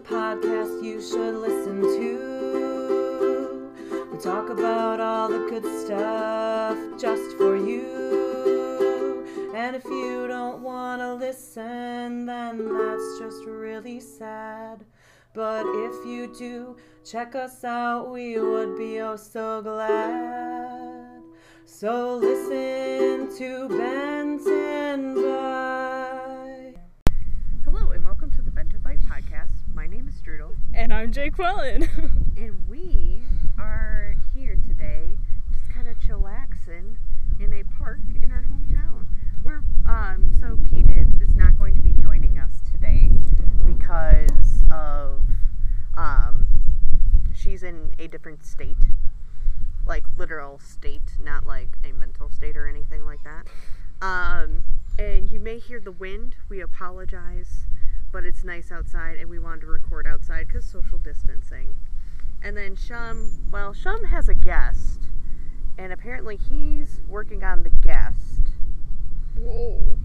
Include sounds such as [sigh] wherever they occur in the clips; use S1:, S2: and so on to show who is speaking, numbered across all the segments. S1: podcast you should listen to. We talk about all the good stuff just for you. And if you don't want to listen, then that's just really sad. But if you do, check us out. We would be oh so glad. So listen to Benton Bye.
S2: Hello and welcome to the Bent and Bite podcast. My name is Strudel,
S3: And I'm Jake [laughs] Wellen.
S2: and we are here today, just kind of chillaxing in a park in our hometown. We're um so Pete is, is not going to be joining us today because of um she's in a different state, like literal state, not like a mental state or anything like that. Um, and you may hear the wind. We apologize, but it's nice outside, and we wanted to record outside because social distancing. And then Shum, well, Shum has a guest, and apparently he's working on the guest.
S3: Whoa.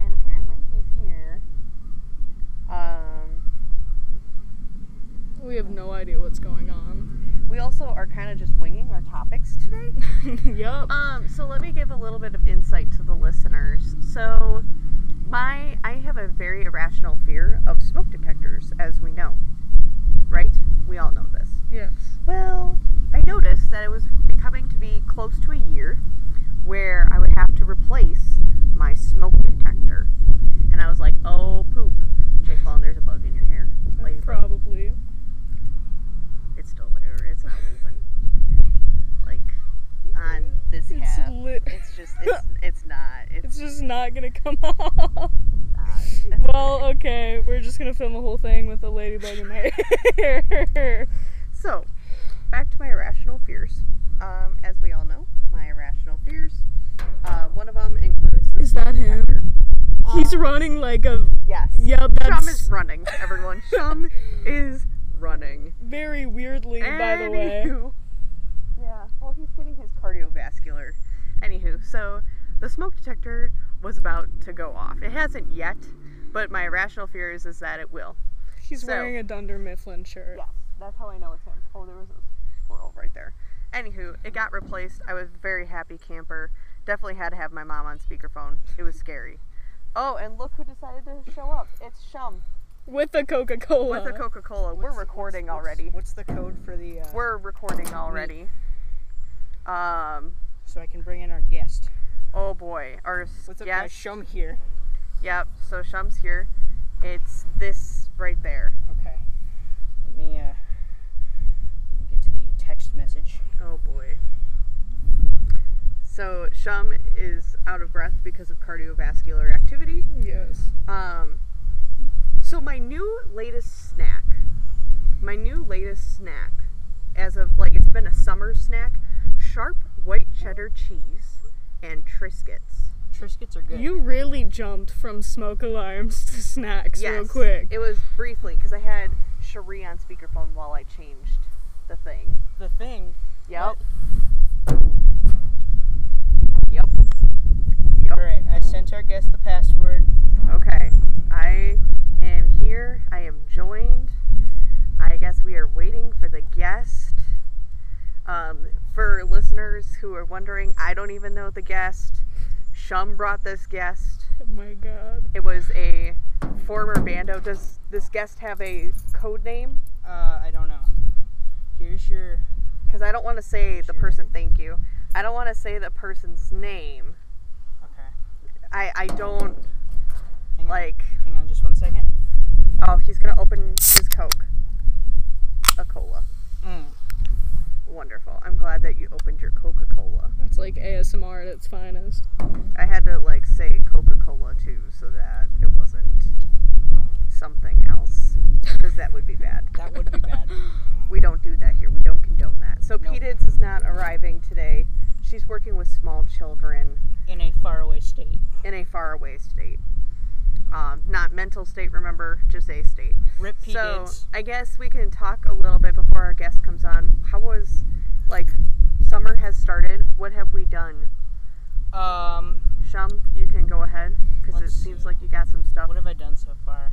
S2: And apparently he's here. Um,
S3: We have no idea what's going on.
S2: we also are kind of just winging our topics today.
S3: [laughs] yup.
S2: Um, so let me give a little bit of insight to the listeners. So my I have a very irrational fear of smoke detectors, as we know. Right? We all know this.
S3: Yes.
S2: Well, I noticed that it was becoming to be close to a year where I would have to replace my smoke detector. And I was like, oh poop. Jake Paul, there's a bug in your hair. Ladybug.
S3: Probably.
S2: It's still there. It's not moving. Like on this
S3: It's
S2: half.
S3: lit.
S2: It's just it's it's not. It's,
S3: It's just not gonna come [laughs] off.
S2: not.
S3: well, okay. We're just gonna film the whole thing with a ladybug in my [laughs] hair.
S2: So, back to my irrational fears. Um, as we all know, my irrational fears. Uh, one of them includes. The
S3: Is that him?
S2: detector.
S3: He's
S2: Uh,
S3: running like a.
S2: Yes.
S3: Yup.
S2: Shum is
S3: That's
S2: running. Everyone, Shum is running.
S3: very weirdly, by the way.
S2: Anywho. Yeah. Well, he's getting his cardiovascular. Anywho, so the smoke detector was about to go off. It hasn't yet, but my irrational fear is, is that it will.
S3: He's
S2: So-
S3: wearing a Dunder Mifflin shirt.
S2: Yes, that's how I know it's him. Oh, there was a squirrel right there. Anywho, it got replaced. I was a very happy camper. Definitely had to have my mom on speakerphone. It was scary. Oh, and look who decided to show up. It's Shum
S3: With a Coca Cola.
S2: with a Coca Cola. We're
S4: What's-
S2: recording
S4: what's- what's-
S2: already.
S4: What's, the code for the uh,
S2: We're recording already. Um.
S4: so I can bring in our guest?
S2: Oh boy. Our s-
S4: What's up, guys?
S2: yes.
S4: Shum here.
S2: Yep. So Shum's here. It's this right there.
S4: Okay. Let me uh, let me get to the text message.
S2: Oh boy. So Shum is out of breath because of cardiovascular activity.
S3: Yes.
S2: Um, so my new latest snack, my new latest snack, as of like it's been a summer snack, sharp white cheddar cheese and Triscuits.
S4: Triscuits are good.
S3: You really jumped from smoke alarms to snacks real quick.
S2: It was briefly because I had Cherie on speakerphone while I changed the thing.
S4: the thing.
S2: Yep.
S4: What?
S2: Yep. Yep.
S4: All right. I sent our guest the password.
S2: Okay. I am here. I am joined. I guess we are waiting for the guest. Um, for listeners who are wondering, I don't even know the guest. Shum brought this guest.
S3: Oh my god.
S2: It was a former bando. Does this guest have a code name?
S4: Uh, I don't know. Here's your.
S2: Because I don't want to say the
S4: Sure.
S2: person, thank you. I don't want to say the person's name.
S4: Okay.
S2: I, I don't,
S4: Hang
S2: like,
S4: On. Hang on, just one second.
S2: oh, he's going to open his Coke. A cola.
S4: Mm.
S2: Wonderful. I'm glad that you opened your Coca Cola.
S3: It's like ASMR at its finest.
S2: I had to like say Coca Cola too so that it wasn't something else because that would be bad.
S4: That would be
S3: [laughs]
S4: bad.
S2: We don't do that here. We don't condone that. So
S4: No.
S2: P Dids is not arriving today. She's working with small children
S4: in a faraway state.
S2: in a faraway state. Um, not mental state, remember, just a state.
S4: Rip P.
S2: so
S4: Dids.
S2: I guess we can talk a little bit before our guest comes on. How was like summer has started? What have we done?
S4: Um,
S2: Shum, you can go ahead because it
S4: Let's
S2: seems
S4: see.
S2: like you got some stuff.
S4: what have I done so far?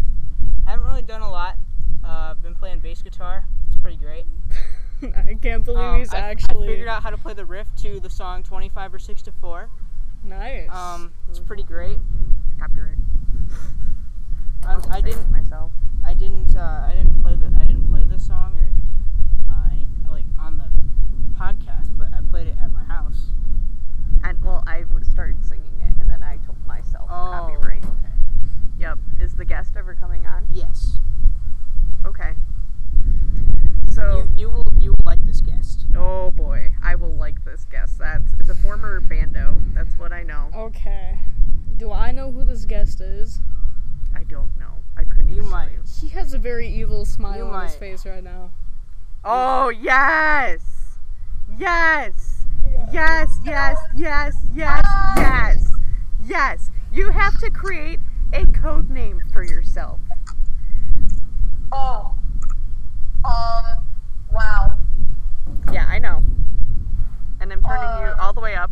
S4: Haven't really done a lot. Uh, I've been playing bass guitar. It's pretty great.
S3: [laughs] I can't believe
S4: Um,
S3: he's
S4: I, I
S3: actually
S4: figured out how to play the riff to the song 25 or 6 to 4.
S3: nice.
S4: Um, it's pretty great.
S2: Copyright.
S4: I,
S2: I'll
S4: I
S2: say it
S4: didn't
S2: myself.
S4: I didn't uh, I didn't play the I didn't play this song or uh, any like on the podcast, but I played it at my house.
S2: And well, I w- started singing it, and then I told myself copyright.
S4: Oh, okay.
S2: Yep. Is the guest ever coming on?
S4: Yes.
S2: Okay. So.
S3: Oh.
S4: You, you will you will like this guest.
S2: Oh boy, I will like this guest. That's it's a former bando. That's what I know.
S3: okay. Do I know who this guest is?
S2: I don't know. I couldn't
S4: You
S2: even tell
S4: might.
S2: you.
S3: He has a very evil smile
S4: You
S3: on his
S4: might.
S3: face right now.
S2: Oh yes, yes, yes, yes, yes, yes, yes, yes. You have to create a code name for yourself.
S5: Oh. Um. Wow.
S2: Yeah, I know. And I'm turning you
S5: Uh.
S2: all the way up.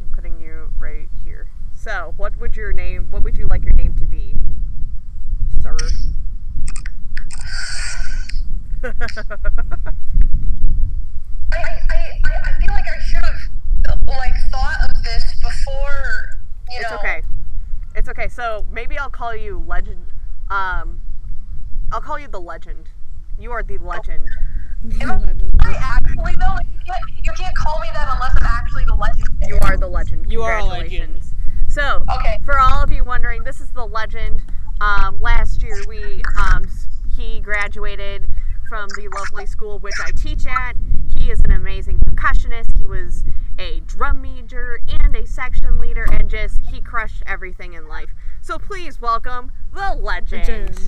S2: I'm putting you right here. So, what would your name? What would you like your name to be, sir?
S5: I, I, I, I feel like I should have like thought of this before. You know.
S2: It's okay. It's okay. So maybe I'll call you legend. Um, I'll call you the legend. You are the legend.
S5: I actually though, you can't, you can't call me that unless I'm actually the legend.
S2: You are the legend.
S4: You are a legend.
S2: Congratulations. So
S5: Okay.
S2: for all of you wondering, this is the legend. Um, last year we um, s- he graduated from the lovely school which I teach at. He is an amazing percussionist. He was a drum major and a section leader, and just he crushed everything in life. So please welcome the legend.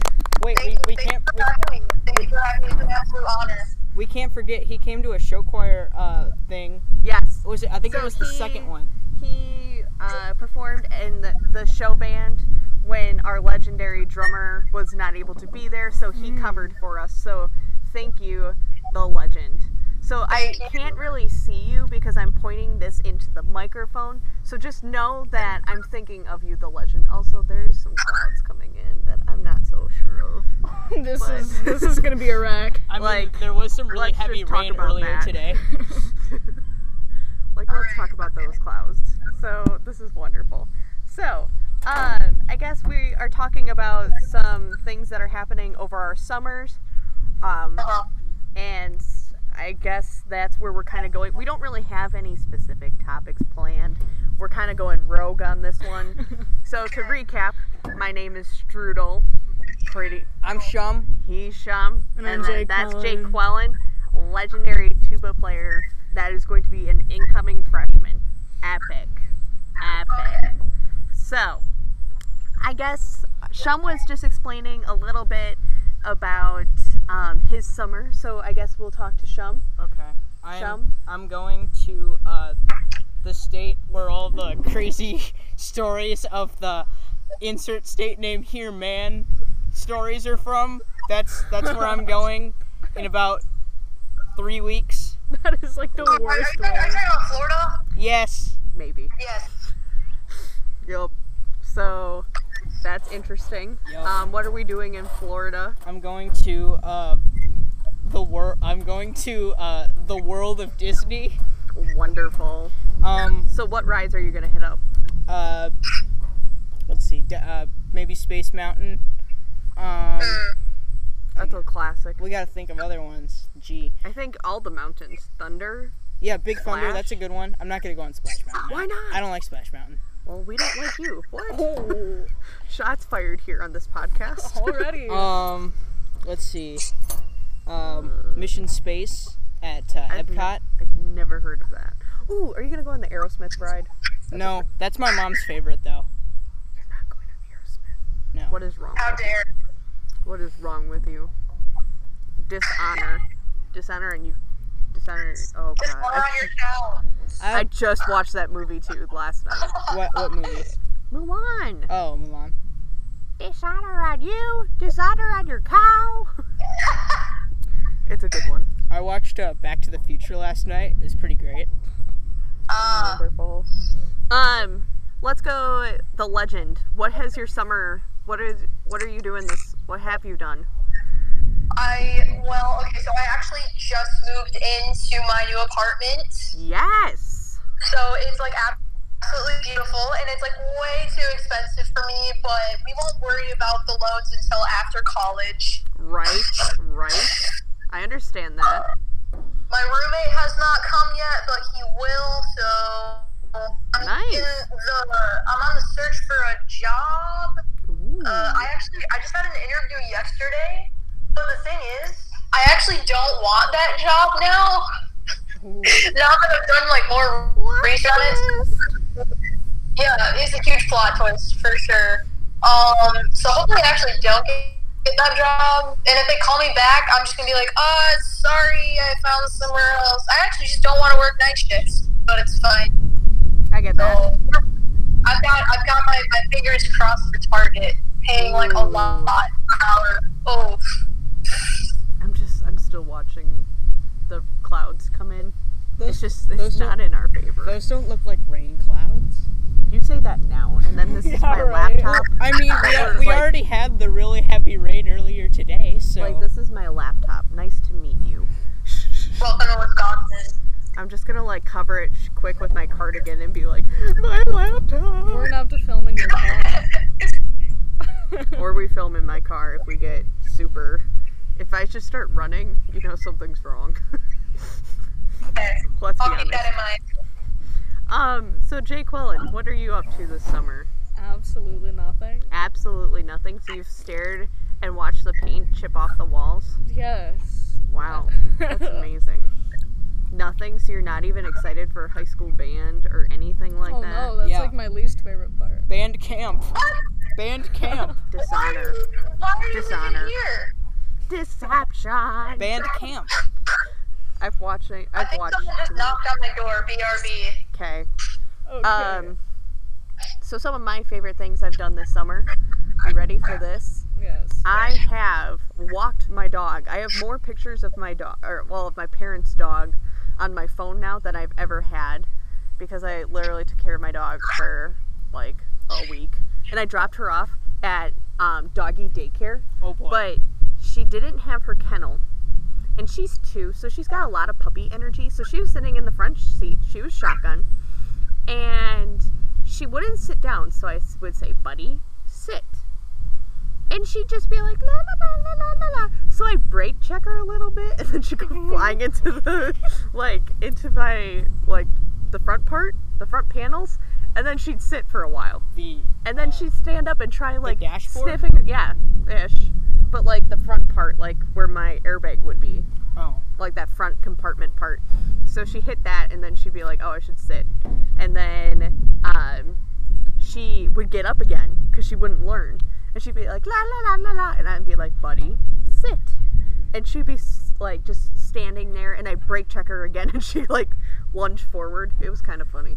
S4: Wait,
S5: Thank
S4: we,
S5: you,
S4: we
S5: thank
S4: can't
S5: you
S4: we,
S5: for having me. Thank you for having me. It's an absolute honor.
S4: we can't forget he came to a show choir uh thing.
S2: Yes.
S4: Was it? I think it
S2: So
S4: was the
S2: he-
S4: second one.
S2: He uh, performed in the, the show band when our legendary drummer was not able to be there, so he covered for us. So thank you, the legend. So I
S5: Thank you.
S2: can't really see you because I'm pointing this into the microphone. So just know that I'm thinking of you, the legend. Also, there's some clouds coming in that I'm not so sure of.
S3: this
S2: But-
S3: is this is gonna be a wreck.
S4: I mean,
S2: Like,
S4: there was some really
S2: let's just
S4: heavy
S2: talk
S4: rain
S2: about
S4: earlier
S2: that. [laughs]
S4: today.
S2: like let's talk about those clouds so this is wonderful so um, i guess we are talking about some things that are happening over our summers um,
S5: Uh-huh.
S2: and i guess that's where we're kind of going we don't really have any specific topics planned we're kind of going rogue on this one so to recap my name is strudel pretty
S4: I'm Shum.
S2: He's Shum.
S3: And
S2: And,
S3: I'm
S2: then
S3: Jake
S2: that's Jake
S3: Quellen.
S2: Quellen, legendary tuba player that is going to be an incoming freshman. Epic. Epic. So, I guess Shum was just explaining a little bit about um, his summer. So, I guess we'll talk to Shum. [laughs]
S4: Okay. I'm
S2: Shum?
S4: I'm going to uh the state where all the crazy [laughs] stories of the insert state name here man stories are from. That's that's where I'm going in about three weeks.
S3: That is like
S4: Oh
S3: the
S5: Are, are you
S3: worst
S5: guys are you
S3: one.
S5: guys from Florida?
S4: Yes.
S2: Maybe.
S5: Yes.
S2: Yep. So, that's interesting.
S4: Yup.
S2: Um, what are we doing in Florida?
S4: I'm going to uh the wor I'm going to uh the world of Disney.
S2: Wonderful.
S4: Um
S2: So, what rides are you going to hit up?
S4: uh, let's see, d- uh, maybe Space Mountain. Um,
S2: That's a classic.
S4: we gotta think of other ones. Gee,
S2: I think all the mountains. Thunder,
S4: yeah, Big Thunder.
S2: Splash?
S4: That's a good one. I'm not gonna go on Splash Mountain.
S2: Why
S4: I
S2: not?
S4: don't like Splash Mountain.
S2: Well, we don't like you. [laughs] What? Shots fired here on this podcast. [laughs]
S3: Already.
S4: Um, let's see. Um, Mission Space at uh,
S2: I've ne-
S4: Epcot.
S2: I've never heard of that. Ooh, are you gonna go on the Aerosmith ride?
S4: No, that's my mom's favorite though.
S2: You're not going on Aerosmith.
S4: No.
S2: What is wrong?
S5: How dare.
S2: What is wrong with you? Dishonor, dishonor, and you, dishonor. Oh
S5: Just
S2: god.
S5: honor
S2: I,
S5: on your town.
S2: I
S4: I,
S2: just watched that movie too last night.
S4: what what movie?
S2: Mulan.
S4: Oh, Milan.
S2: Dishonor on you. Dishonor on your cow. [laughs] it's a good one.
S4: I watched uh, Back to the Future last night. It was pretty great.
S5: [laughs] Uh,
S2: Wonderful. Um, let's go the legend. What has your summer? What is? What are you doing this? What have you done?
S5: I well, okay, so I actually just moved into my new apartment.
S2: Yes.
S5: So it's like absolutely beautiful, and it's like way too expensive for me. But we won't worry about the loans until after college.
S2: Right. Right. I understand that.
S5: My roommate has not come yet, but he will. So I'm
S2: Nice.
S5: in the I'm on the search for a job.
S2: Ooh.
S5: Uh, I actually I just had an interview yesterday, but the thing is, I actually don't want that job now. now that I've done like more research on it, yeah, it's a huge plot twist for sure. Um, so hopefully I actually don't get, get that job, and if they call me back, I'm just gonna be like, oh, sorry, I found somewhere else. I actually just don't want to work night shifts, but it's fine.
S2: I get
S5: So
S2: that.
S5: I've got I've got my, my fingers crossed for Target, paying like a lot per hour. Oh,
S2: I'm just. I'm still watching the clouds come in. It's
S4: Those,
S2: just. It's
S4: those
S2: not in our favor.
S4: those don't look like rain clouds.
S2: You say that now, and then this is
S3: Yeah,
S2: my
S3: right.
S2: laptop.
S4: I mean,
S2: Or,
S4: we, we
S2: like-
S4: already had the really heavy rain earlier today, so
S2: Like this is my laptop. Nice to meet you.
S5: welcome to Wisconsin.
S2: I'm just gonna like cover it sh- quick with my cardigan and be like, my laptop.
S3: We're gonna have to film in your car.
S2: Or we film in my car if we get super. If I just start running, you know something's wrong. [laughs]
S5: Okay,
S2: Let's be
S5: I'll keep
S2: honest.
S5: that in mind.
S2: Um. So Jay Quellen, what are you up to this summer?
S3: Absolutely nothing.
S2: Absolutely nothing. So you've stared and watched the paint chip off the walls.
S3: Yes.
S2: Wow,
S3: [laughs]
S2: that's amazing. Nothing. So you're not even excited for high school band or anything like
S3: oh
S2: that.
S3: no, that's
S4: Yeah.
S3: like my least favorite part.
S4: band camp, band camp,
S5: Why are
S2: Dishonor.
S5: you, why are you
S2: Dishonor.
S5: even here?
S2: Deception.
S4: band camp.
S2: I've watching.
S5: I
S2: I've
S5: think
S2: watched.
S5: someone just knocked on my door. BRB.
S2: Okay.
S3: Okay.
S2: Um. So some of my favorite things I've done this summer. You ready for this?
S3: yes.
S2: I have walked my dog. I have more pictures of my dog, or well, of my parents' dog, on my phone now than I've ever had, because I literally took care of my dog for like a week, and I dropped her off at um, doggy daycare.
S4: Oh boy.
S2: but she didn't have her kennel and she's two so she's got a lot of puppy energy so she was sitting in the front seat she was shotgun and she wouldn't sit down so i s- would say buddy sit and she'd just be like la la la la la la la so i brake check her a little bit [laughs] and then she'd go flying into the like into my like the front part the front panels and then she'd sit for a while
S4: the
S2: and then
S4: uh,
S2: she'd stand up and try like
S4: dashboard?
S2: sniffing. Yeah, ish. But like the front part, like where my airbag would be,
S4: oh
S2: like that front compartment part. So she hit that, and then she'd be like, "Oh, I should sit," and then um, she would get up again because she wouldn't learn, and she'd be like, "La la la la la," and I'd be like, "Buddy, sit," and she'd be s- like just standing there, and I brake check her again, [laughs] and she like lunge forward. It was kind of funny,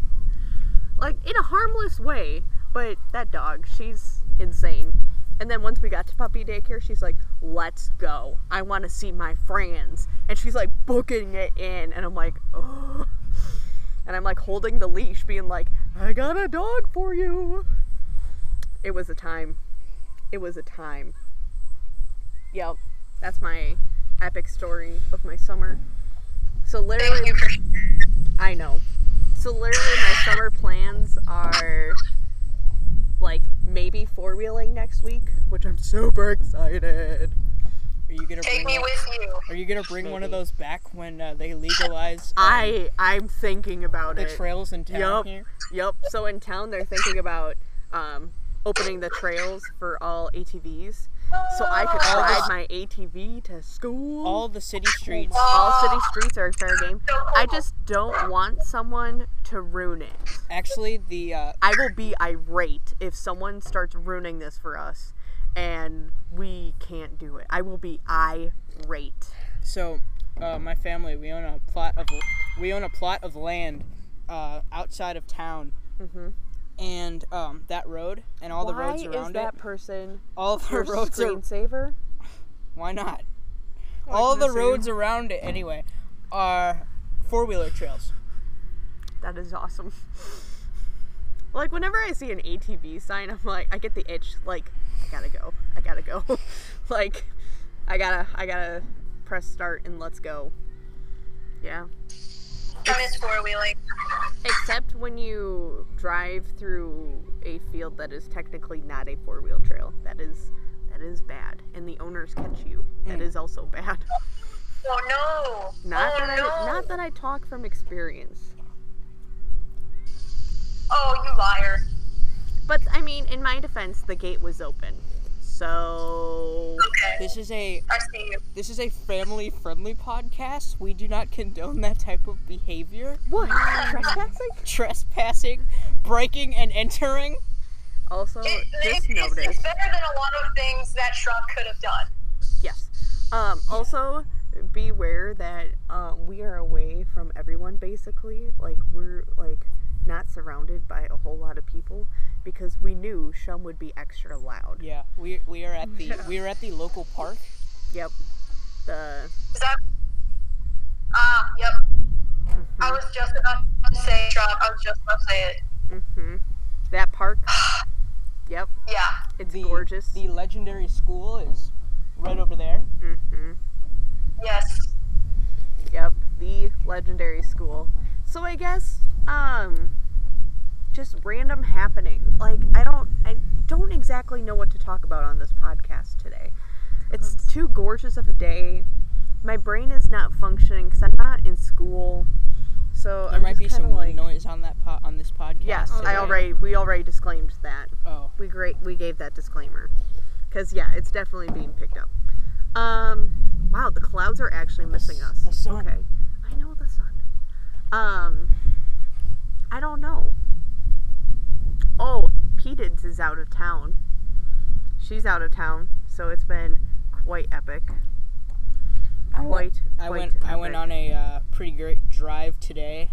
S2: like in a harmless way, but that dog, she's insane. And then once we got to puppy daycare, she's like, "Let's go. I want to see my friends." And she's like booking it in, and I'm like, "Oh." And I'm like holding the leash, being like, "I got a dog for you." It was a time. It was a time. Yep, that's my epic story of my summer. So literally,
S5: Thank you for
S2: I know. So literally, my summer plans are like maybe four wheeling next week, which I'm super excited.
S4: are you gonna
S5: take
S4: bring
S5: me
S4: one-
S5: with you.
S4: are you gonna bring one of
S2: Maybe.
S4: those back when uh, they legalize um,
S2: I I'm thinking about
S4: the
S2: it.
S4: trails in town
S2: Yup.
S4: here?
S2: Yep. So in town, they're thinking about um, opening the trails for all ATVs, so I could
S4: All
S2: ride
S4: the-
S2: my ATV to school.
S4: Oh, All the city streets.
S2: all city streets are fair game.
S5: So cool.
S2: I just don't want someone to ruin it.
S4: Actually, the uh,
S2: I will be irate if someone starts ruining this for us and we can't do it. I will be irate.
S4: so uh, my family we own a plot of we own a plot of land uh, outside of town,
S2: Mhm.
S4: and um, that road and all the roads
S2: Why
S4: around
S2: is that
S4: it.
S2: person
S4: All of the
S2: your
S4: roads are
S2: screensaver?
S4: Why not? All the roads around it, anyway, are four wheeler trails.
S2: That is awesome. [laughs] Like whenever I see an ATV sign, I'm [laughs] like, I get the itch. Like, I gotta go. I gotta go. like, I gotta, I gotta press start and let's go. Yeah.
S5: I miss four wheeling.
S2: Except when you drive through a field that is technically not a four wheel trail. That is, that is bad. And the owners catch you. That is also bad.
S5: Oh no!
S2: Not
S5: oh
S2: that I,
S5: no!
S2: not that I talk from experience.
S5: Oh, you liar!
S2: But I mean, in my defense, the gate was open. So
S5: Okay,
S4: This is a
S5: I see you.
S4: this is a family friendly podcast. We do not condone that type of behavior.
S2: what? Trespassing?
S4: Trespassing, breaking and entering.
S2: Also,
S5: It,
S2: just
S5: it's, it's,
S2: notice.
S5: it's better than a lot of things that Shrub could have done.
S2: Yes. Um, also, beware that um, we are away from everyone. Basically, like we're like not surrounded by a whole lot of people because we knew Shum would be extra loud.
S4: Yeah, we we are at the we are at the local park.
S2: Yep. The
S5: Is that? Ah, yep. I was just about to say Shrub. I was just about to say it.
S2: hmm that park. Yep.
S5: Yeah.
S2: It's
S4: The
S2: gorgeous.
S4: The legendary school is right over there.
S2: hmm
S5: Yes.
S2: Yep, the legendary school. So I guess um just random happening. Like I don't I don't exactly know what to talk about on this podcast today. It's too gorgeous of a day. My brain is not functioning cuz I'm not in school. So
S4: There
S2: I'm
S4: might
S2: just
S4: be some
S2: kinda like
S4: wind noise on that po- on this podcast.
S2: Yes, I
S4: today.
S2: already we already disclaimed that
S4: Oh,
S2: we great we gave that disclaimer because yeah it's definitely being picked up um wow the clouds are actually missing us
S4: the sun.
S2: okay i know the sun um i don't know oh Pedids is out of town she's out of town so it's been quite epic
S4: I went-
S2: quite
S4: I
S2: quite
S4: went
S2: epic.
S4: I went on a uh, pretty great drive today.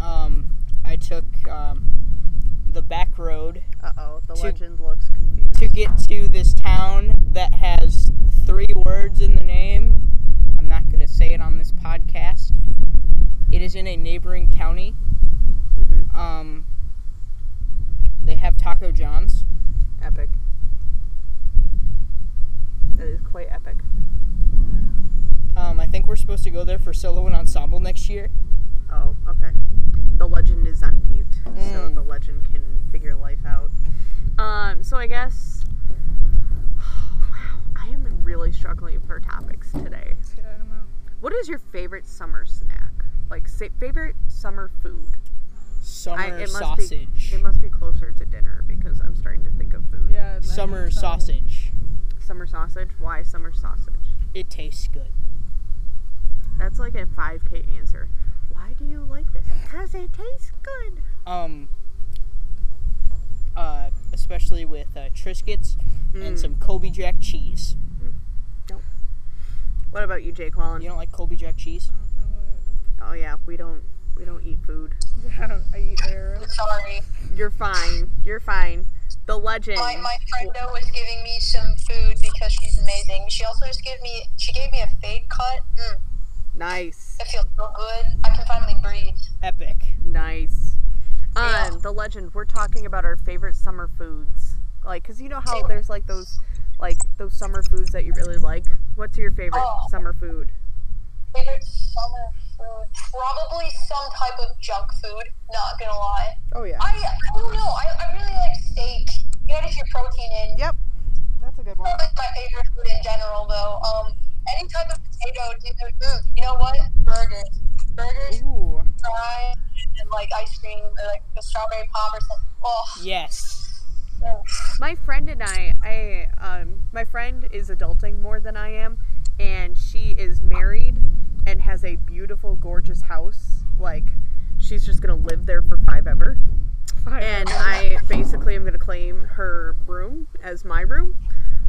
S4: Um, I took um, the back road
S2: uh-oh the
S4: to-
S2: legend looks confused
S4: to get to this town that has three words in the name. I'm not going to say it on this podcast. It is in a neighboring county.
S2: Mhm.
S4: Um, they have Taco John's.
S2: epic that is quite epic
S4: Um, I think we're supposed to go there for solo and ensemble next year.
S2: Oh, okay. The legend is on mute, so
S4: Mm.
S2: the legend can figure life out. Um, so I guess. [sighs] Wow, I am really struggling for topics today.
S3: Let's get out of my
S2: What is your favorite summer snack? Like sa- favorite summer food?
S4: Summer
S2: I- it must be-
S4: sausage.
S2: It must be closer to dinner because I'm starting to think of food.
S3: Yeah. that'd
S4: Summer
S3: be fun.
S4: sausage.
S2: Summer sausage. Why summer sausage?
S4: It tastes good.
S2: That's like a 5K answer. Why do you like this? Because it tastes good.
S4: um, uh, especially with uh, Triscuits
S2: Mm.
S4: and some Kobe Jack cheese.
S2: What about you, Jay Collin?
S4: You don't like Kobe Jack cheese?
S2: Oh yeah, we don't we don't eat food.
S3: I don't. [laughs] I eat air.
S5: I'm sorry.
S2: You're fine. You're fine. The legend.
S5: My, my friend though was giving me some food because she's amazing. She also just gave me she gave me a fade cut. Mm,
S2: Nice.
S5: it feels so good. I can finally breathe.
S4: Epic.
S2: Nice. Um,
S5: Yeah.
S2: the legend. We're talking about our favorite summer foods. Like, cause you know how there's like those, like those summer foods that you really like. What's your favorite
S5: Oh.
S2: summer food?
S5: Favorite summer food? Probably some type of junk food. Not gonna lie.
S2: Oh yeah.
S5: I I don't know. I, I really like steak. You gotta get your protein in.
S2: Yep. That's a good one.
S5: Probably my favorite food in general though. Um, any type of potato, dude. Mm, you know what? Burgers. Burgers,
S2: Ooh.
S5: fries, and like ice cream, or, like a strawberry pop or something. Oh,
S4: Yes.
S5: mm.
S2: my friend and I, I um, my friend is adulting more than I am, and she is married and has a beautiful, gorgeous house. Like, she's just gonna live there for five ever.
S3: Fire.
S2: And I basically am gonna claim her room as my room.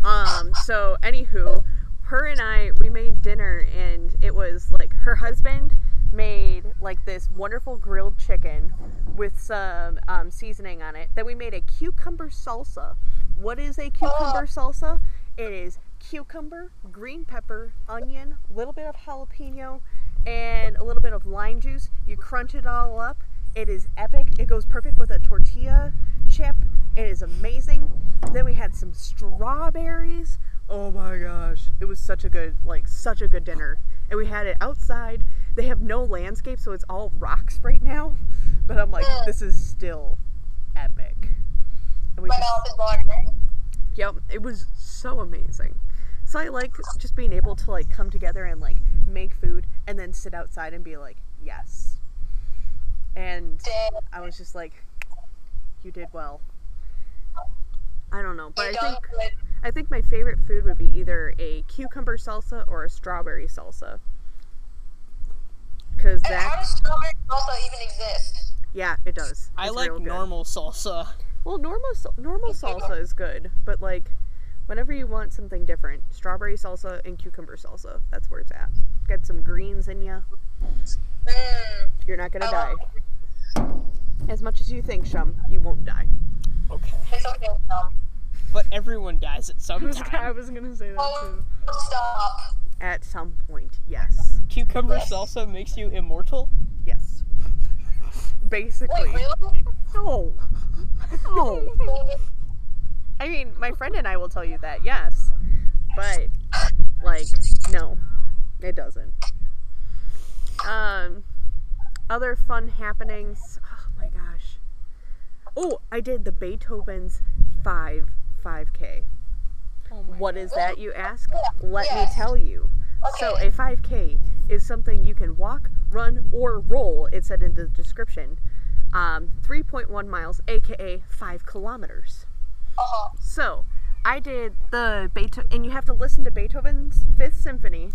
S2: Um, so anywho, her and I we made dinner, and it was like her husband made like this wonderful grilled chicken with some um, seasoning on it. Then we made a cucumber salsa. What is a cucumber salsa? It is cucumber, green pepper, onion, a little bit of jalapeno, and a little bit of lime juice. You crunch it all up. It is epic. It goes perfect with a tortilla chip. It is amazing. Then we had some strawberries. Oh my gosh, it was such a good like such a good dinner, and we had it outside. They have no landscape, so it's all rocks right now. But I'm like,
S5: Mm.
S2: this is still epic. And we
S5: My
S2: just-
S5: mouth is watering.
S2: Yep, it was so amazing. So I like just being able to like come together and like make food and then sit outside and be like, yes. And
S5: Dang.
S2: I was just like, you did well. I don't know, but I
S5: you don't
S2: think
S5: quit.
S2: I think my favorite food would be either a cucumber salsa or a strawberry salsa. Cause
S5: And how
S2: that,
S5: does strawberry salsa even exist?
S2: yeah, it does.
S4: I
S2: It's
S4: like
S2: real good.
S4: normal salsa.
S2: Well, normal sal- normal salsa is good, but like whenever you want something different, strawberry salsa and cucumber salsa, that's where it's at. Get some greens in ya.
S5: Mm.
S2: You're not gonna
S5: I
S2: die.
S5: love
S2: As much as you think, Shum, you won't die.
S4: Okay.
S5: It's okay, Tom.
S4: But everyone dies at
S2: [laughs]
S3: I
S4: some
S3: was, [laughs] I
S4: time.
S3: was gonna say that
S5: Oh,
S3: too.
S5: stop.
S2: At some point, yes,
S4: Cucumber
S5: Yes.
S4: salsa makes you immortal?
S5: [laughs]
S2: yes.
S5: Wait,
S2: Basically,
S5: really?
S2: no, no. I mean, my friend and I will tell you that, yes, but like, no, it doesn't. Um, other fun happenings. Oh my gosh. Oh, I did the Beethoven's five 5K.
S3: Oh my
S2: What is that, you
S5: [gasps]
S2: ask? Let me
S5: Yes.
S2: tell you. So,
S5: Okay.
S2: a 5K is something you can walk, run, or roll, it said in the description. Um, 3.1 miles, aka 5 kilometers.
S5: Uh-huh.
S2: So, I did the Beethoven, and you have to listen to Beethoven's Fifth Symphony,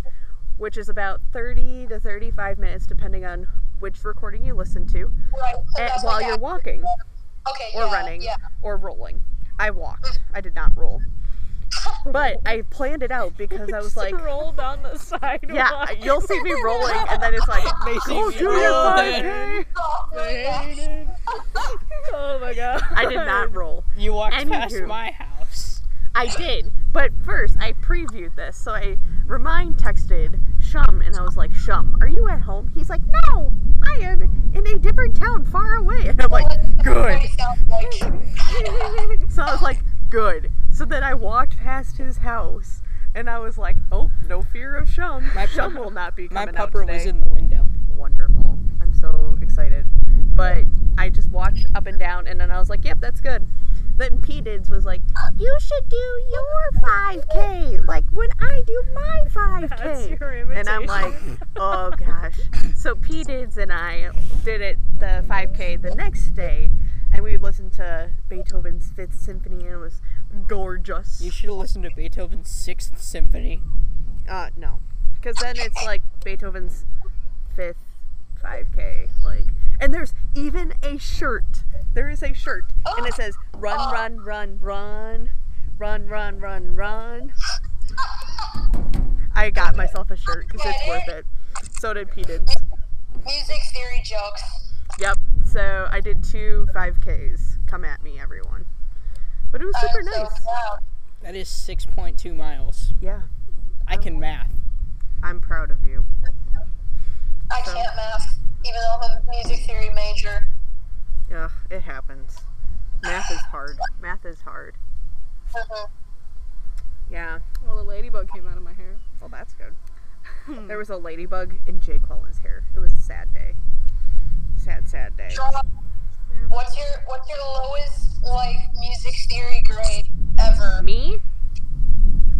S2: which is about 30 to 35 minutes, depending on which recording you listen to,
S5: Right. so
S2: and,
S5: that's
S2: while
S5: like
S2: you're
S5: that.
S2: walking
S5: okay,
S2: or
S5: yeah,
S2: running
S5: Yeah.
S2: or rolling. I walked. I did not roll.
S5: [laughs]
S2: But I planned it out because I was like,
S3: [laughs] roll down the sidewalk.
S4: [laughs]
S2: yeah, you'll see me rolling, and then it's like,
S4: Macy,
S2: go
S4: we
S2: do your
S4: roll it.
S2: 5K.
S5: Oh, my gosh.
S3: oh my god.
S2: I did not roll.
S4: You walked past
S2: Anywho.
S4: my house.
S2: I did. But first, I previewed this. So I remind texted Shum, and I was like, Shum, are you at home? He's like, No, I am in a different town far away. [laughs] And I'm like, Good.
S4: [laughs]
S5: What it sounds like.
S2: So I was like, Good. So then I walked past his house, and I was like, Oh, no fear of Shum.
S4: My
S2: Shum
S4: pup-
S2: will not be
S4: My
S2: coming out
S4: pupper was
S2: today."
S4: in the window.
S2: Wonderful. I'm so excited. But I just walked up and down, and then I was like, Yep, that's good. Then P Dids was like, You should do your 5K, like when I do my 5K.
S3: That's your imitation.
S2: And I'm like, oh gosh. So P Dids and I did it the 5K the next day, and we listened to Beethoven's Fifth Symphony, and it was gorgeous.
S4: You should have listened to Beethoven's Sixth Symphony.
S2: uh, no, because then it's like Beethoven's Fifth 5K, like, and there's even a shirt. There is a shirt, and it says "Run, run, run, run, run, run, run, run." I got myself a shirt because it's worth it. So did P Dids.
S5: Music theory jokes.
S2: Yep. So I did two 5Ks. Come at me, everyone. But it was
S5: I'm
S2: super
S5: so
S2: nice.
S5: proud.
S4: That is 6.2 miles.
S2: Yeah, Oh.
S4: I can math.
S2: I'm proud of you.
S5: I can't math, even though I'm a music theory major.
S2: Yeah, it happens. Math is hard. Math is hard.
S5: Mhm.
S2: Yeah.
S3: Well, the ladybug came out of my hair.
S2: Well, that's good. [laughs] There was a ladybug in Jay Quellen's hair. It was a sad day. Sad, sad day.
S5: Draw- What's your What's your lowest like music theory grade ever?
S2: [laughs] Me?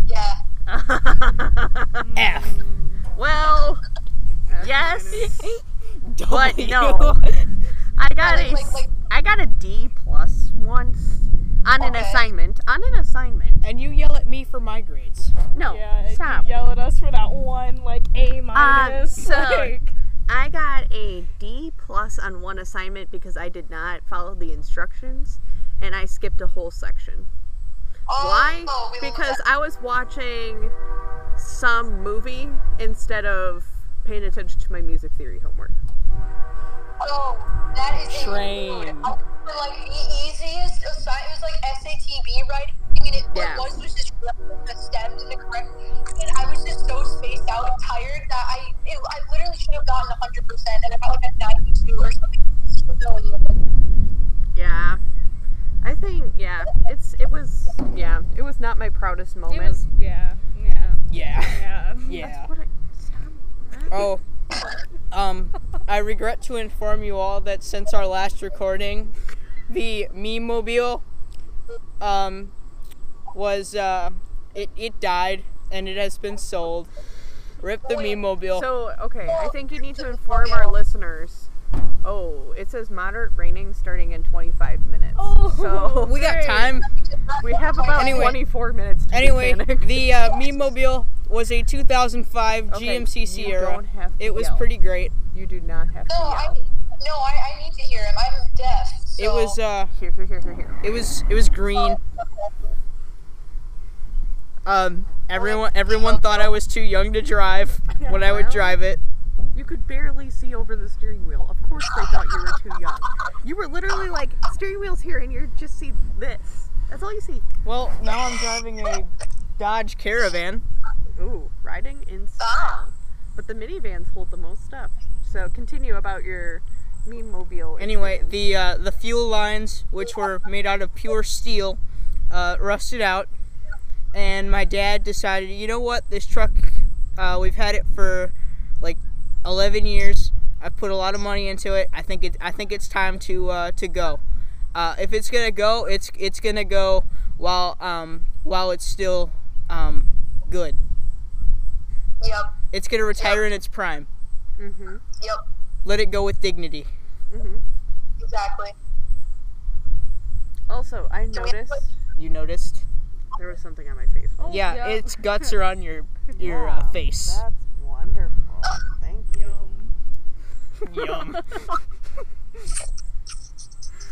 S5: Yeah.
S4: F.
S2: well,
S3: That's
S2: yes.
S4: [laughs]
S5: [laughs]
S4: What?
S2: no. I got a,
S5: Like, like, like-
S2: I got a D plus once on an
S5: Okay.
S2: assignment. On an assignment.
S4: And you yell at me for my grades.
S2: No,
S3: yeah, you
S2: Oh, stop.
S3: yell at us for that one like A minus.
S2: Uh, so-
S3: like,
S2: [laughs] I got a D plus on one assignment because I did not follow the instructions and I skipped a whole section.
S5: Oh,
S2: Why?
S5: oh, we love
S2: Because
S5: that.
S2: I was watching some movie instead of paying attention to my music theory homework.
S5: Oh, that is a
S4: Train.
S5: mood. I remember, like the easiest assignment was like SATB writing, and it
S2: Yeah.
S5: yeah. was was just writing the stems and the correct. And I was just so spaced out and tired that I it, I literally should have gotten hundred percent, and I got like a ninety two or something. It's humiliating.
S2: Yeah. I think Yeah, it's it was yeah, it was not my proudest
S3: It
S2: moment.
S3: was, yeah, yeah,
S2: [laughs]
S4: Yeah.
S3: yeah.
S4: Yeah.
S2: What I, stop.
S4: Oh. Um, I regret to inform you all that since our last recording, the meme mobile um was uh it, it died and it has been sold. Rip the meme mobile.
S2: So okay, I think you need to inform our listeners. Oh, it says moderate raining starting in 25 minutes.
S3: Oh,
S2: so
S4: [laughs] we got time.
S2: we have about
S4: Anyway.
S2: 24 minutes to
S4: Anyway,
S2: panic.
S4: the uh, meme mobile was a 2005
S2: Okay,
S4: GMC
S2: You don't
S4: Sierra.
S2: have to
S4: It was
S2: yell.
S4: pretty great.
S2: You do not have to.
S5: No, I
S2: yell.
S5: no, I, I need to hear him. I'm deaf. So.
S4: It was uh
S2: Here, here, here, here, here.
S4: It was it was green. Um, everyone everyone thought I was too young to drive when I would drive it.
S2: You could barely see over the steering wheel. Of course, they thought you were too young. You were literally like steering wheel's here, and you just see this. That's all you see.
S4: Well, now I'm driving a Dodge Caravan.
S2: Ooh, riding in
S5: Ah.
S2: style. But the minivans hold the most stuff. So continue about your meme mobile.
S4: Anyway, the uh, the fuel lines, which were made out of pure steel, uh, rusted out, and my dad decided, you know what, this truck, uh, we've had it for like 11 years. I've put a lot of money into it. I think it I think it's time to uh, to go. Uh, if it's gonna go, it's it's gonna go while um while it's still um good.
S5: Yep.
S4: It's gonna retire in its prime.
S2: Mm-hmm.
S5: Yep.
S4: Let it go with dignity.
S2: Mm-hmm.
S5: Exactly.
S2: Also, I noticed
S4: You noticed?
S2: there was something on my face.
S3: Oh,
S4: Yeah, its guts are on your your uh, face.
S2: That's wonderful. Thank you.
S4: [laughs] Yum.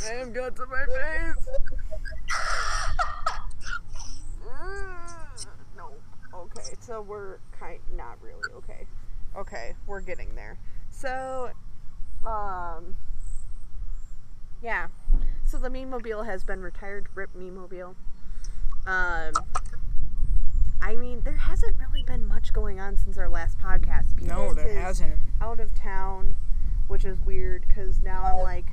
S2: Damn guts on my face. Mm, no. Okay, so we're kind not really okay. Okay, we're getting there. So, um, yeah. So the meme mobile has been retired. Rip meme mobile. Um, I mean, there hasn't really been much going on since our last podcast.
S4: No, [laughs]
S2: Peters
S4: there
S2: is
S4: hasn't.
S2: out of town, which is weird because now I'm like,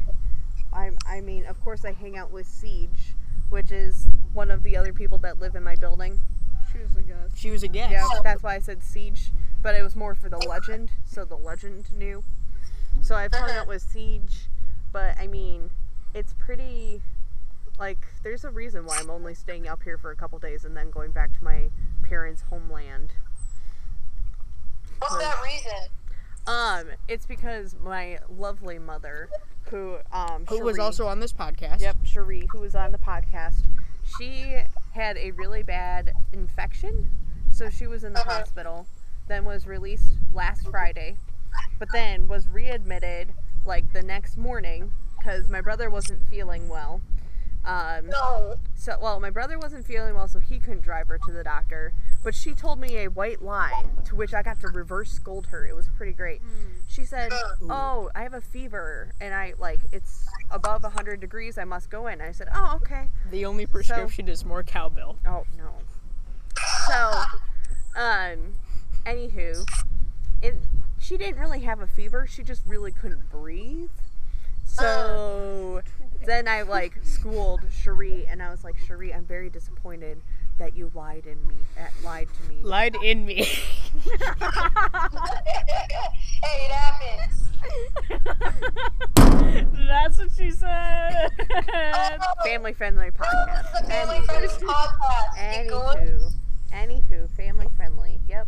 S2: I'm. I mean, of course I hang out with Siege, which is one of the other people that live in my building.
S3: She was a guest.
S4: She was a guest.
S2: Yeah, that's why I said Siege, but it was more for the legend, so the legend knew. So I've hung
S4: Uh-huh.
S2: out with Siege, but I mean, it's pretty. Like, there's a reason why I'm only staying up here for a couple days and then going back to my parents' homeland.
S5: What's that reason?
S2: Um, it's because my lovely mother, who um,
S4: Who was
S2: Cherie-
S4: also on this podcast?
S2: Yep, Cherie, who was on the podcast, she had a really bad infection, so she was in the
S5: Uh-huh.
S2: hospital. Then was released last Friday, but then was readmitted like the next morning because my brother wasn't feeling well. Um,
S5: No. [laughs]
S2: so well, my brother wasn't feeling well, so he couldn't drive her to the doctor. But she told me a white lie, to which I got to reverse scold her. It was pretty great. She said, "Oh, I have a fever, and I like it's above 100 degrees. I must go in." I said, "Oh, okay."
S4: The only prescription is more cowbell.
S2: Oh no. So, um, anywho, and she didn't really have a fever. She just really couldn't breathe. So then I like schooled Cherie, and I was like, Cherie, I'm very disappointed that you lied in me. That lied to me.
S4: Lied in me.
S5: hey, it happens.
S3: That's what she said.
S2: Family friendly podcast.
S5: Oh, The Family Friends podcast. You good?
S2: Anywho, anywho, family friendly. Yep.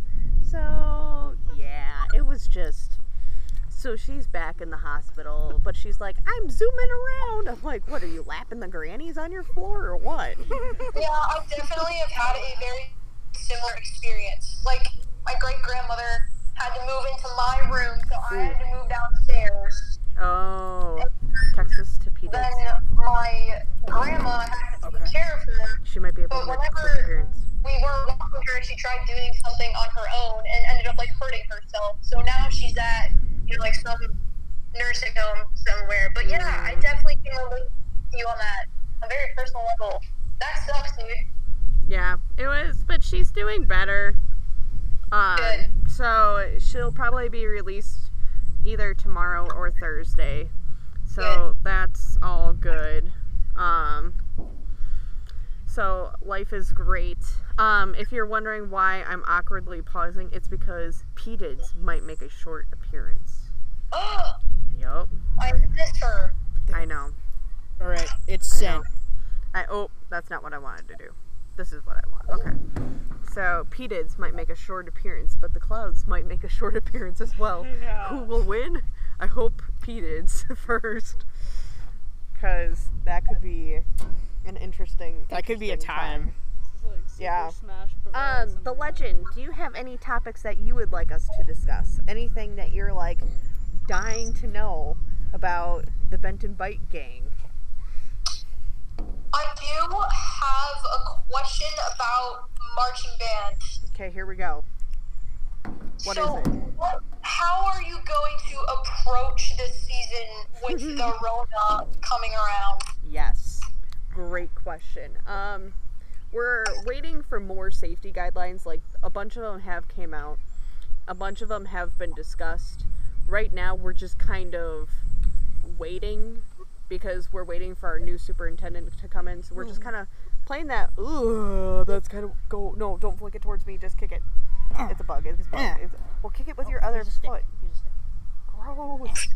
S2: So yeah, it was just. So she's back in the hospital, but she's like, "I'm zooming around." I'm like, "What are you lapping the grannies on your floor or what?"
S5: Yeah, I definitely have had a very similar experience. Like, my great grandmother had to move into my room, so I had to move downstairs.
S2: oh, Texas to Peters.
S5: Then my grandma had to take care of her.
S2: She might be able to make
S5: But whenever-
S2: quick turns.
S5: we were walking her and she tried doing something on her own and ended up like hurting herself. So now she's at you know like some nursing home somewhere. But yeah, I definitely can relate to you on that. A very personal level. That sucks, dude. [gasps]
S2: Yeah, it was, but she's doing better. Um,
S5: Good.
S2: so she'll probably be released either tomorrow or Thursday. So that's all good. Um, So life is great. Um, if you're wondering why I'm awkwardly pausing, it's because Petids might make a short appearance.
S5: Oh,
S2: Yup,
S5: I missed her.
S2: I know.
S4: All right, it's
S2: I know.
S4: sent.
S2: I oh, that's not what I wanted to do. This is what I want. Okay. So Petids might make a short appearance, but the clouds might make a short [laughs] appearance as well. Who will win? I hope Petids [laughs] first, because that could be an interesting.
S4: That could be a
S2: interesting
S4: time.
S3: This is like Super
S2: Yeah.
S3: Smash Bros. Oh,
S2: Um,
S3: and
S2: the
S3: Mario.
S2: legend. Do you have any topics that you would like us to discuss? Anything that you're like dying to know about the Benton Bite gang?
S5: I do have a question about marching band.
S2: Okay, here we go. What is
S5: so,
S2: it?
S5: What, how are you going to approach this season with
S2: [laughs]
S5: the Rona coming around?
S2: Yes. Great question. Um, we're waiting for more safety guidelines. Like a bunch of them have came out. A bunch of them have been discussed. Right now, we're just kind of waiting because we're waiting for our new superintendent to come in. So we're
S3: Hmm.
S2: just kind of playing that. Ooh, that's kind of go. No, don't flick it towards me. Just kick it. It's a bug. It's a bug. It's, well, kick it
S3: Oh,
S2: with your other foot. Gross.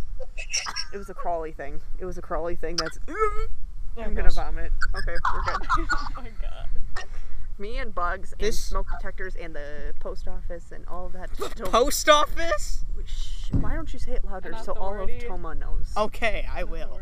S2: it was a crawly thing. It was a crawly thing. That's. I'm gonna vomit. Okay, we're good.
S3: [laughs] Oh my god.
S2: Me and bugs and
S4: This-
S2: smoke detectors and the post office and all that. [laughs] Don't-
S4: [laughs] Post office?
S2: Shh, Why don't you say it louder
S3: An
S2: so all of
S3: authority.
S2: Toma knows?
S4: Okay, I will.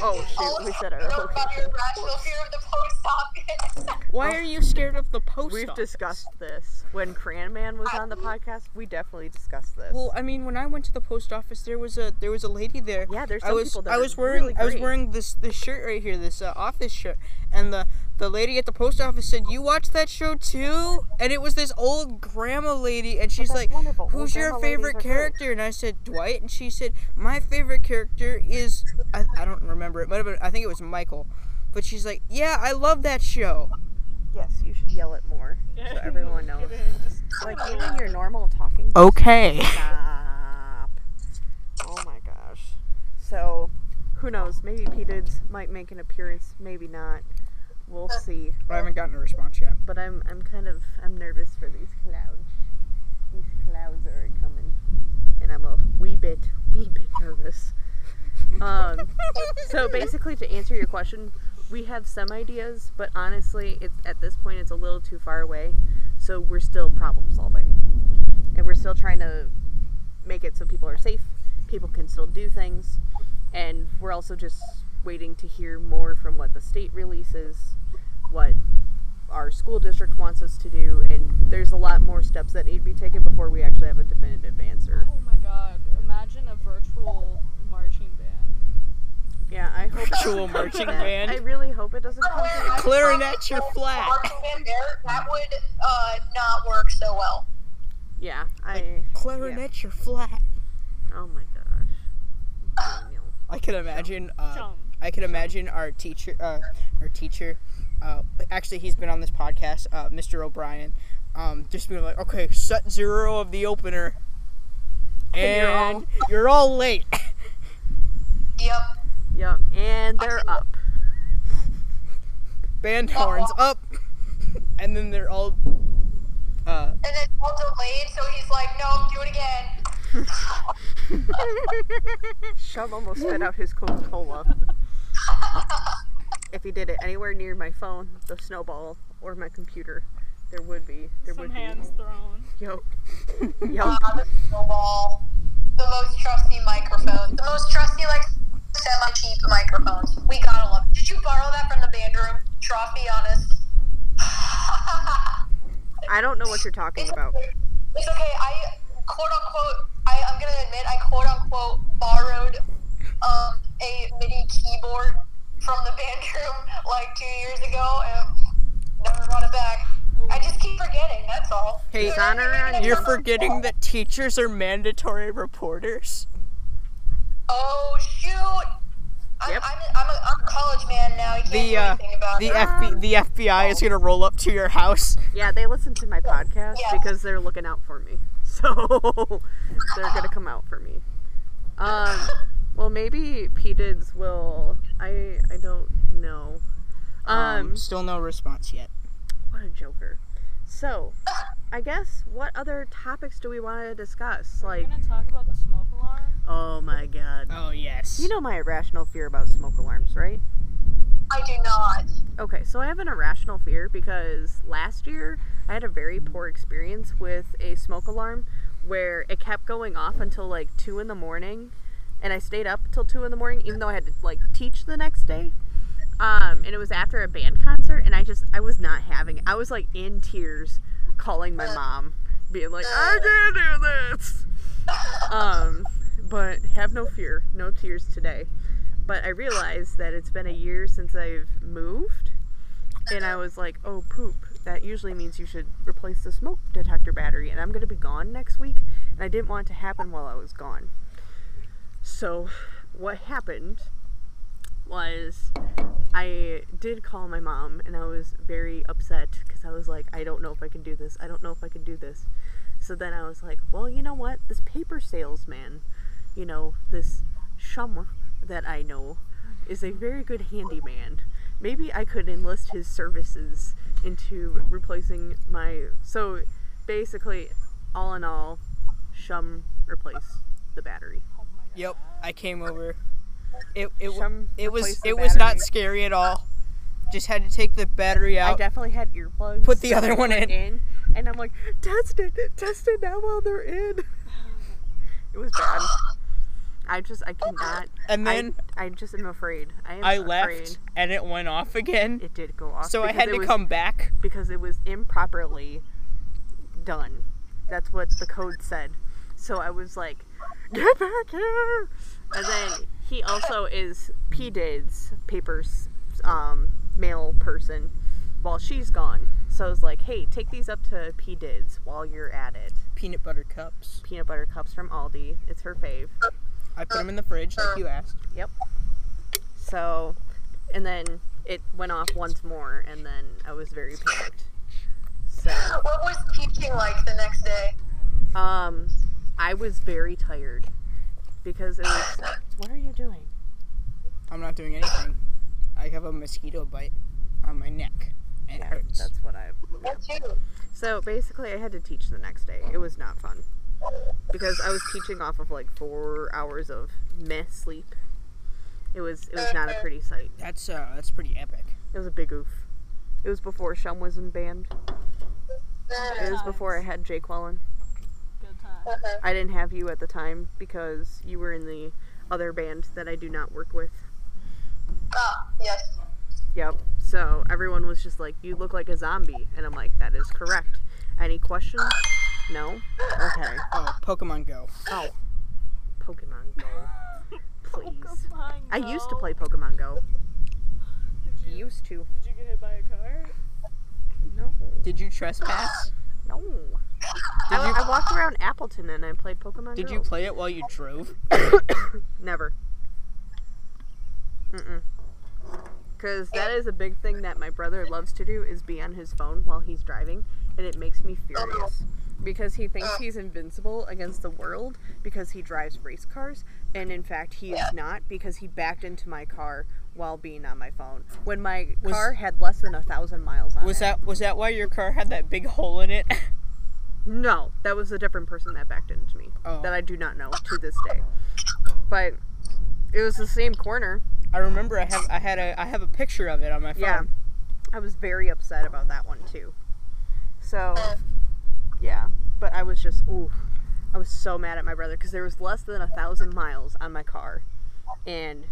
S2: Oh, shoot, we said our
S5: Don't about your rational fear of the post office. [laughs]
S4: Why are you scared of the post
S2: [laughs] We've
S4: office?
S2: discussed this when Cran Man was on the podcast. We definitely discussed this.
S4: Well, I mean, when I went to the post office, there was a there was a lady there.
S2: Yeah, there's
S4: I
S2: some
S4: was
S2: people that
S4: I
S2: are
S4: was wearing
S2: really
S4: I was
S2: great.
S4: wearing this this shirt right here, this uh, office shirt, and the the lady at the post office said, "You watch that show too?" And it was this old grandma lady, and she's
S2: that's
S4: like,
S2: wonderful. Old
S4: "Who's your
S2: grandma ladies are
S4: favorite
S2: great."
S4: character?" And I said, "Dwight," and she said, "My favorite character is I, I don't remember it, might have been I think it was Michael." But she's like, "Yeah, I love that show."
S2: yes, you should yell it more
S3: Yeah. [laughs]
S2: so everyone knows.
S3: Just
S2: Like even your normal talking.
S4: Okay.
S2: Stop. Oh my gosh. So, who knows? Maybe Petids might make an appearance. Maybe not. We'll see.
S4: I haven't gotten a response yet.
S2: But I'm I'm kind of I'm nervous for these clouds. These clouds are coming, and I'm a wee bit wee bit nervous. Um. So basically, to answer your question, we have some ideas, but honestly, it's at this point it's a little too far away. So we're still problem solving, and we're still trying to make it so people are safe, people can still do things, and we're also just waiting to hear more from what the state releases, what our school district wants us to do, and there's a lot more steps that need to be taken before we actually have a definitive answer.
S3: Oh my god. Imagine a virtual marching band.
S2: Yeah, I hope
S4: Virtual marching band.
S2: I really hope it doesn't come to that.
S4: Clarinets, you're flat.
S5: Marching band there, that would uh, not work so well.
S2: Yeah, I.
S4: Clarinet, you're flat.
S2: Oh my gosh. Daniel.
S4: I can imagine. Uh,
S3: Jump.
S4: I can imagine our teacher. Uh, our teacher. Uh, actually, he's been on this podcast, uh, Mr. O'Brien. Um, just being like, okay, set zero of the opener,
S2: you're all-
S4: and you're all late.
S5: Yep.
S2: Yep, and they're up.
S4: Band horns up, and then they're all. Uh,
S5: And then all delayed, so he's like, no, do it again.
S2: Shove almost spit out his Coca Cola. if he did it anywhere near my phone, the snowball, or my computer, there would be. There
S3: Some
S2: would
S3: hands thrown.
S2: be. Yep. Yep.
S5: Uh, the snowball, the most trusty microphone, the most trusty, like, semi cheap microphones. We gotta love it. Did you borrow that from the band room? Trophy, honest. [laughs]
S2: I don't know what you're talking
S5: it's,
S2: about.
S5: okay. it's okay. I quote unquote, I, I'm gonna admit, I quote unquote borrowed um, a MIDI keyboard from the [laughs] band room like two years ago and never brought it back. I just keep forgetting, that's all.
S4: hey,
S5: It's on around-
S4: you're forgetting that teachers are mandatory reporters.
S5: Oh, shoot! I'm,
S2: Yep.
S5: I'm, a, I'm, a, I'm a college man now. You can't
S4: The
S5: do
S4: uh,
S5: anything about
S4: the
S2: Um,
S5: it.
S4: FB, the FBI is gonna roll up to your house.
S2: Yeah, they listen to my podcast
S5: Yeah.
S2: because they're looking out for me. [laughs] So they're gonna come out for me. Um, well, maybe P Dids will. I I don't know. Um,
S4: still no response yet.
S2: What a joker. So, I guess what other topics do we want to discuss? Like,
S3: gonna talk about the smoke alarm.
S2: oh my god.
S4: Oh yes.
S2: You know my irrational fear about smoke alarms, right?
S5: I do not.
S2: Okay, so I have an irrational fear because last year I had a very poor experience with a smoke alarm where it kept going off until like 2 in the morning and I stayed up till 2 in the morning even though I had to like teach the next day. Um, and it was after a band concert and I just I was not having it. I was like in tears calling my mom being like I can't do this. Um, but have no fear, no tears today. But I realized that it's been a year since I've moved, and I was like, oh poop, that usually means you should replace the smoke detector battery, and I'm gonna be gone next week, and I didn't want it to happen while I was gone. So, what happened was I did call my mom, and I was very upset because I was like, I don't know if I can do this. I don't know if I can do this. So then I was like, well, you know what? This paper salesman, you know, this chum that I know is a very good handyman. Maybe I could enlist his services into replacing my. So basically, all in all, Shum replaced the battery.
S4: Yep. I came over. It it w-
S2: Shum
S4: it was
S2: replaced the
S4: it was not
S2: battery.
S4: scary at all. Just had to take the battery
S2: I
S4: out.
S2: definitely had earplugs.
S4: Put the other one in.
S2: in, and I'm like, test it, test it now while they're in. [laughs] It was bad. I just, I cannot.
S4: Oh And
S2: I-
S4: then
S2: I, just am afraid. I am
S4: I
S2: afraid
S4: left and it went off again.
S2: it did go off.
S4: So I
S2: because
S4: had
S2: it
S4: to
S2: was-
S4: come back.
S2: because it was improperly done. That's what the code said. So I was like, [laughs] get back here! And then he also is P Did's papers um, mail person while she's gone. So I was like, hey, take these up to P Did's while you're at it.
S4: Peanut butter cups.
S2: Peanut butter cups from Aldi. It's her fave.
S4: I put them in the fridge like you asked.
S2: So, and then it went off once more, and then I was very panicked. So.
S5: What was teaching like the next day?
S2: Um, I was very tired because it was. What are you doing?
S4: I'm not doing anything. I have a mosquito bite on my neck. and It hurts.
S2: that's what I.
S5: Me too.
S2: So basically, I had to teach the next day. It was not fun because I was teaching off of like four hours of mess sleep. It was it was not a pretty sight.
S4: That's uh that's pretty epic.
S2: It was a big oof. It was before Shum was in band. It was before I had Jake Wellen.
S3: Good time.
S5: Uh-huh.
S2: I didn't have you at the time because you were in the other band that I do not work with.
S5: Ah, yes.
S2: Yep. So everyone was just like, "You look like a zombie," and I'm like, "That is correct." Any questions? No. Okay.
S4: Oh, Pokemon Go.
S2: Oh, Pokemon Go. Please.
S3: Pokemon
S2: [laughs] I used to
S3: Go.
S2: play Pokemon Go.
S3: Did you,
S2: Used to.
S3: did you get hit by a car? [laughs]
S2: No.
S4: Did you trespass?
S2: No.
S4: Did
S2: I,
S4: you
S2: I walked around Appleton and I played Pokemon.
S4: did
S2: Go.
S4: you play it while you drove?
S2: Never. Mm-mm. Because that is a big thing that my brother loves to do is be on his phone while he's driving, and it makes me furious. Because he thinks he's invincible against the world because he drives race cars, and in fact he is not because he backed into my car while being on my phone when my
S4: Was-
S2: car had less than a thousand miles on
S4: Was
S2: it.
S4: that was that why your car had that big hole in it? [laughs]
S2: No, that was a different person that backed into me
S4: Oh.
S2: that I do not know to this day. But it was the same corner.
S4: I remember I have I had a I have a picture of it on my phone.
S2: Yeah. I was very upset about that one too. So,
S4: Uh,
S2: yeah, but I was just ooh, I was so mad at my brother because there was less than a thousand miles on my car, and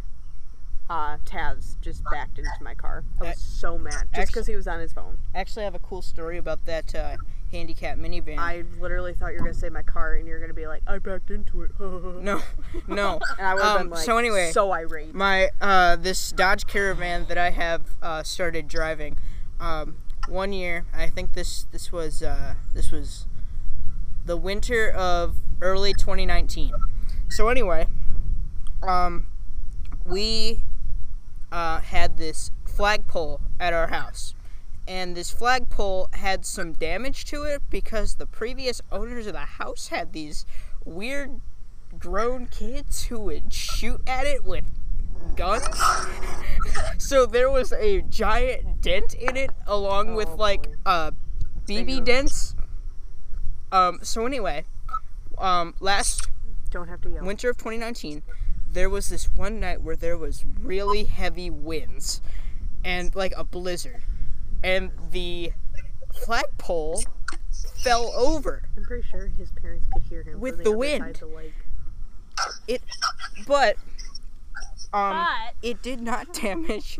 S2: uh, Taz just backed into my car. I was
S4: Ac-
S2: so mad just because he was on his phone.
S4: Actually, I have a cool story about that uh, handicap minivan.
S2: I literally thought you were gonna say my car, and you're gonna be like, I backed into it. [laughs] and
S4: no, no.
S2: I would have
S4: Um,
S2: been like,
S4: so anyway,
S2: so irate.
S4: my uh, this Dodge Caravan that I have uh, started driving. Um, one year, I think this this was uh, this was the winter of early 2019. So anyway, um, we uh, had this flagpole at our house, and this flagpole had some damage to it because the previous owners of the house had these weird grown kids who would shoot at it with guns. [laughs] so there was a giant dent in it, along with like uh, BB dents. Um. So anyway, um, last
S2: Don't have to yell.
S4: winter of 2019, there was this one night where there was really heavy winds and like a blizzard, and the flagpole fell over.
S2: I'm pretty sure his parents could hear him
S4: With
S2: from
S4: the
S2: other side
S4: wind.
S2: of the lake.
S4: but um
S3: But-
S4: it did not damage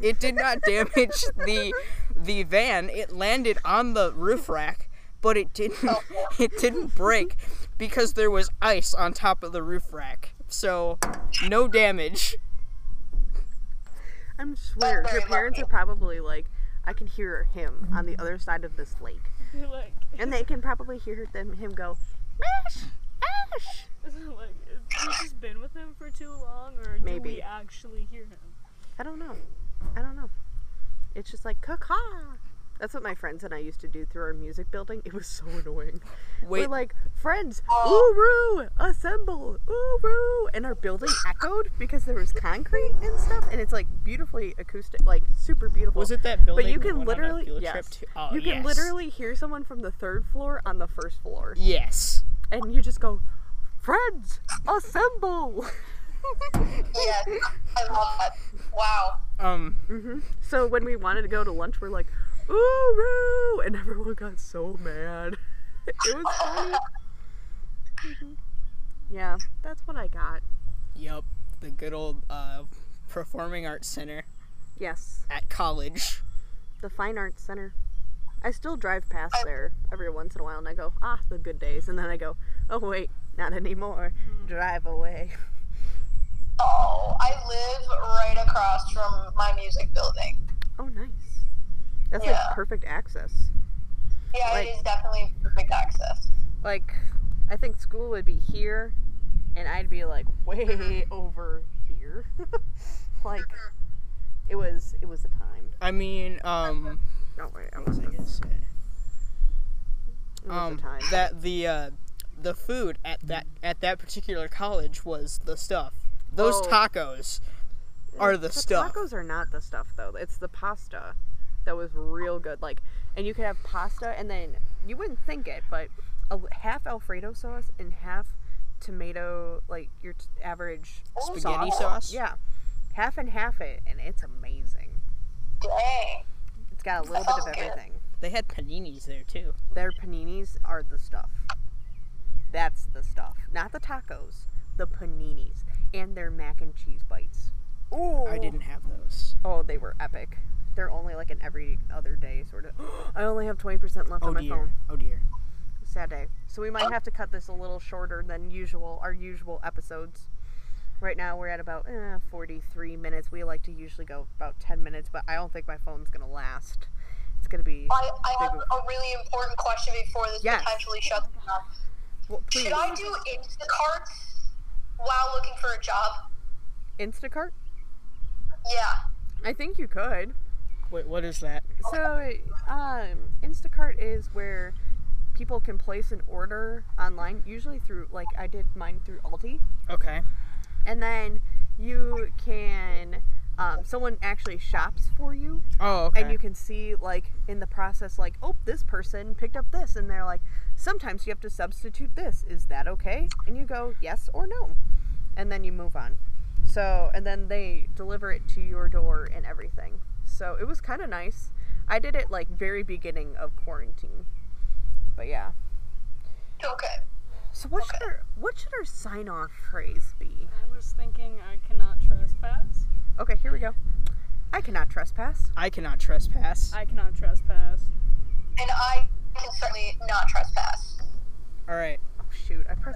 S4: it did not damage the the van it landed on the roof rack but it didn't
S2: Oh.
S4: it didn't break because there was ice on top of the roof rack so no damage
S2: I'm swear
S5: very
S2: your parents are probably like, I can hear him on the other side of this lake,
S3: You're like, [laughs]
S2: and they can probably hear them him go, Ash, Ash.
S3: like, have we just been with him for too long, or do
S2: Maybe.
S3: we actually hear him?
S2: I don't know. I don't know. It's just like caca. That's what my friends and I used to do through our music building. It was so annoying.
S4: wait
S2: We're like, friends, ooroo, assemble, ooroo. And our building echoed because there was concrete and stuff. And it's like beautifully acoustic, like super beautiful.
S4: was it that building
S2: you
S4: we
S2: can
S4: went on a
S2: literally-
S4: field
S2: yes.
S4: trip to? Oh,
S2: you can
S4: yes.
S2: literally hear someone from the third floor on the first floor.
S4: yes
S2: And you just go, friends, assemble. [laughs]
S5: Yes, [laughs] I love that. Wow.
S4: um
S2: So when we wanted to go to lunch, we're like, ooroo. And everyone got so mad. [laughs] It was funny. Mhm. Yeah, that's what I got.
S4: yep the good old uh performing arts center
S2: Yes.
S4: at college
S2: the Fine Arts Center. I still drive past there every once in a while and I go, ah, the good days. And then I go, oh, wait, not anymore.
S4: Mm-hmm.
S2: Drive away.
S5: Oh, I live right across from my music building.
S2: Oh, nice. That's
S5: Yeah.
S2: like perfect access.
S5: Yeah,
S2: Like-
S5: it is definitely perfect access.
S2: Like, I think school would be here and I'd be like way
S4: Mm-hmm.
S2: over here. [laughs] like,
S4: Mm-hmm.
S2: it was, it was the time.
S4: i mean um
S2: No, wait, I
S4: things I
S2: wasn't. It
S4: can say.
S2: was
S4: Um,
S2: the time.
S4: that the uh, the food at that at that particular college was the stuff. Those
S2: Oh.
S4: tacos are the,
S2: Mm. the
S4: stuff.
S2: Tacos are not the stuff though. It's the pasta that was real good. Like, and you could have pasta, and then you wouldn't think it, but a, half Alfredo sauce and half tomato, like your t- average
S4: Spaghetti sauce.
S2: Yeah, half and half it, and it's amazing.
S5: Dang.
S2: It's got a little bit of
S5: Sounds good.
S2: everything.
S4: They had paninis there too.
S2: Their paninis are the stuff. That's the stuff, not the tacos. The paninis and their mac and cheese bites. Ooh.
S4: I didn't have those.
S2: Oh, they were epic. They're only like an every other day sort of. [gasps] I only have 20% left
S4: Oh
S2: on my
S4: dear.
S2: phone.
S4: Oh dear.
S2: Sad day. So we might have to cut this a little shorter than usual, our usual episodes. Right now we're at about eh, 43 minutes. We like to usually go about 10 minutes, but I don't think my phone's going to last. It's going to be.
S5: I, I have
S2: Big-
S5: a really important question before this
S2: Yes.
S5: potentially shuts me up.
S2: Well, please.
S5: Should I do Instacart while looking for a job?
S2: Instacart?
S5: Yeah.
S2: I think you could.
S4: Wait, what is that?
S2: So, um, Instacart is where people can place an order online, usually through, like, I did mine through Aldi.
S4: Okay.
S2: and then you can um, someone actually shops for you
S4: Oh, okay.
S2: and you can see like in the process like oh this person picked up this and they're like sometimes you have to substitute this is that okay and you go yes or no and then you move on so and then they deliver it to your door and everything so it was kind of nice i did it like very beginning of quarantine but yeah
S5: Okay.
S2: so what should our what should our sign off phrase be
S3: I was thinking I cannot trespass.
S2: Okay, here we go. I cannot trespass.
S4: I cannot trespass.
S3: I cannot trespass.
S5: And I can certainly not trespass.
S4: All right.
S2: Oh shoot, I pressed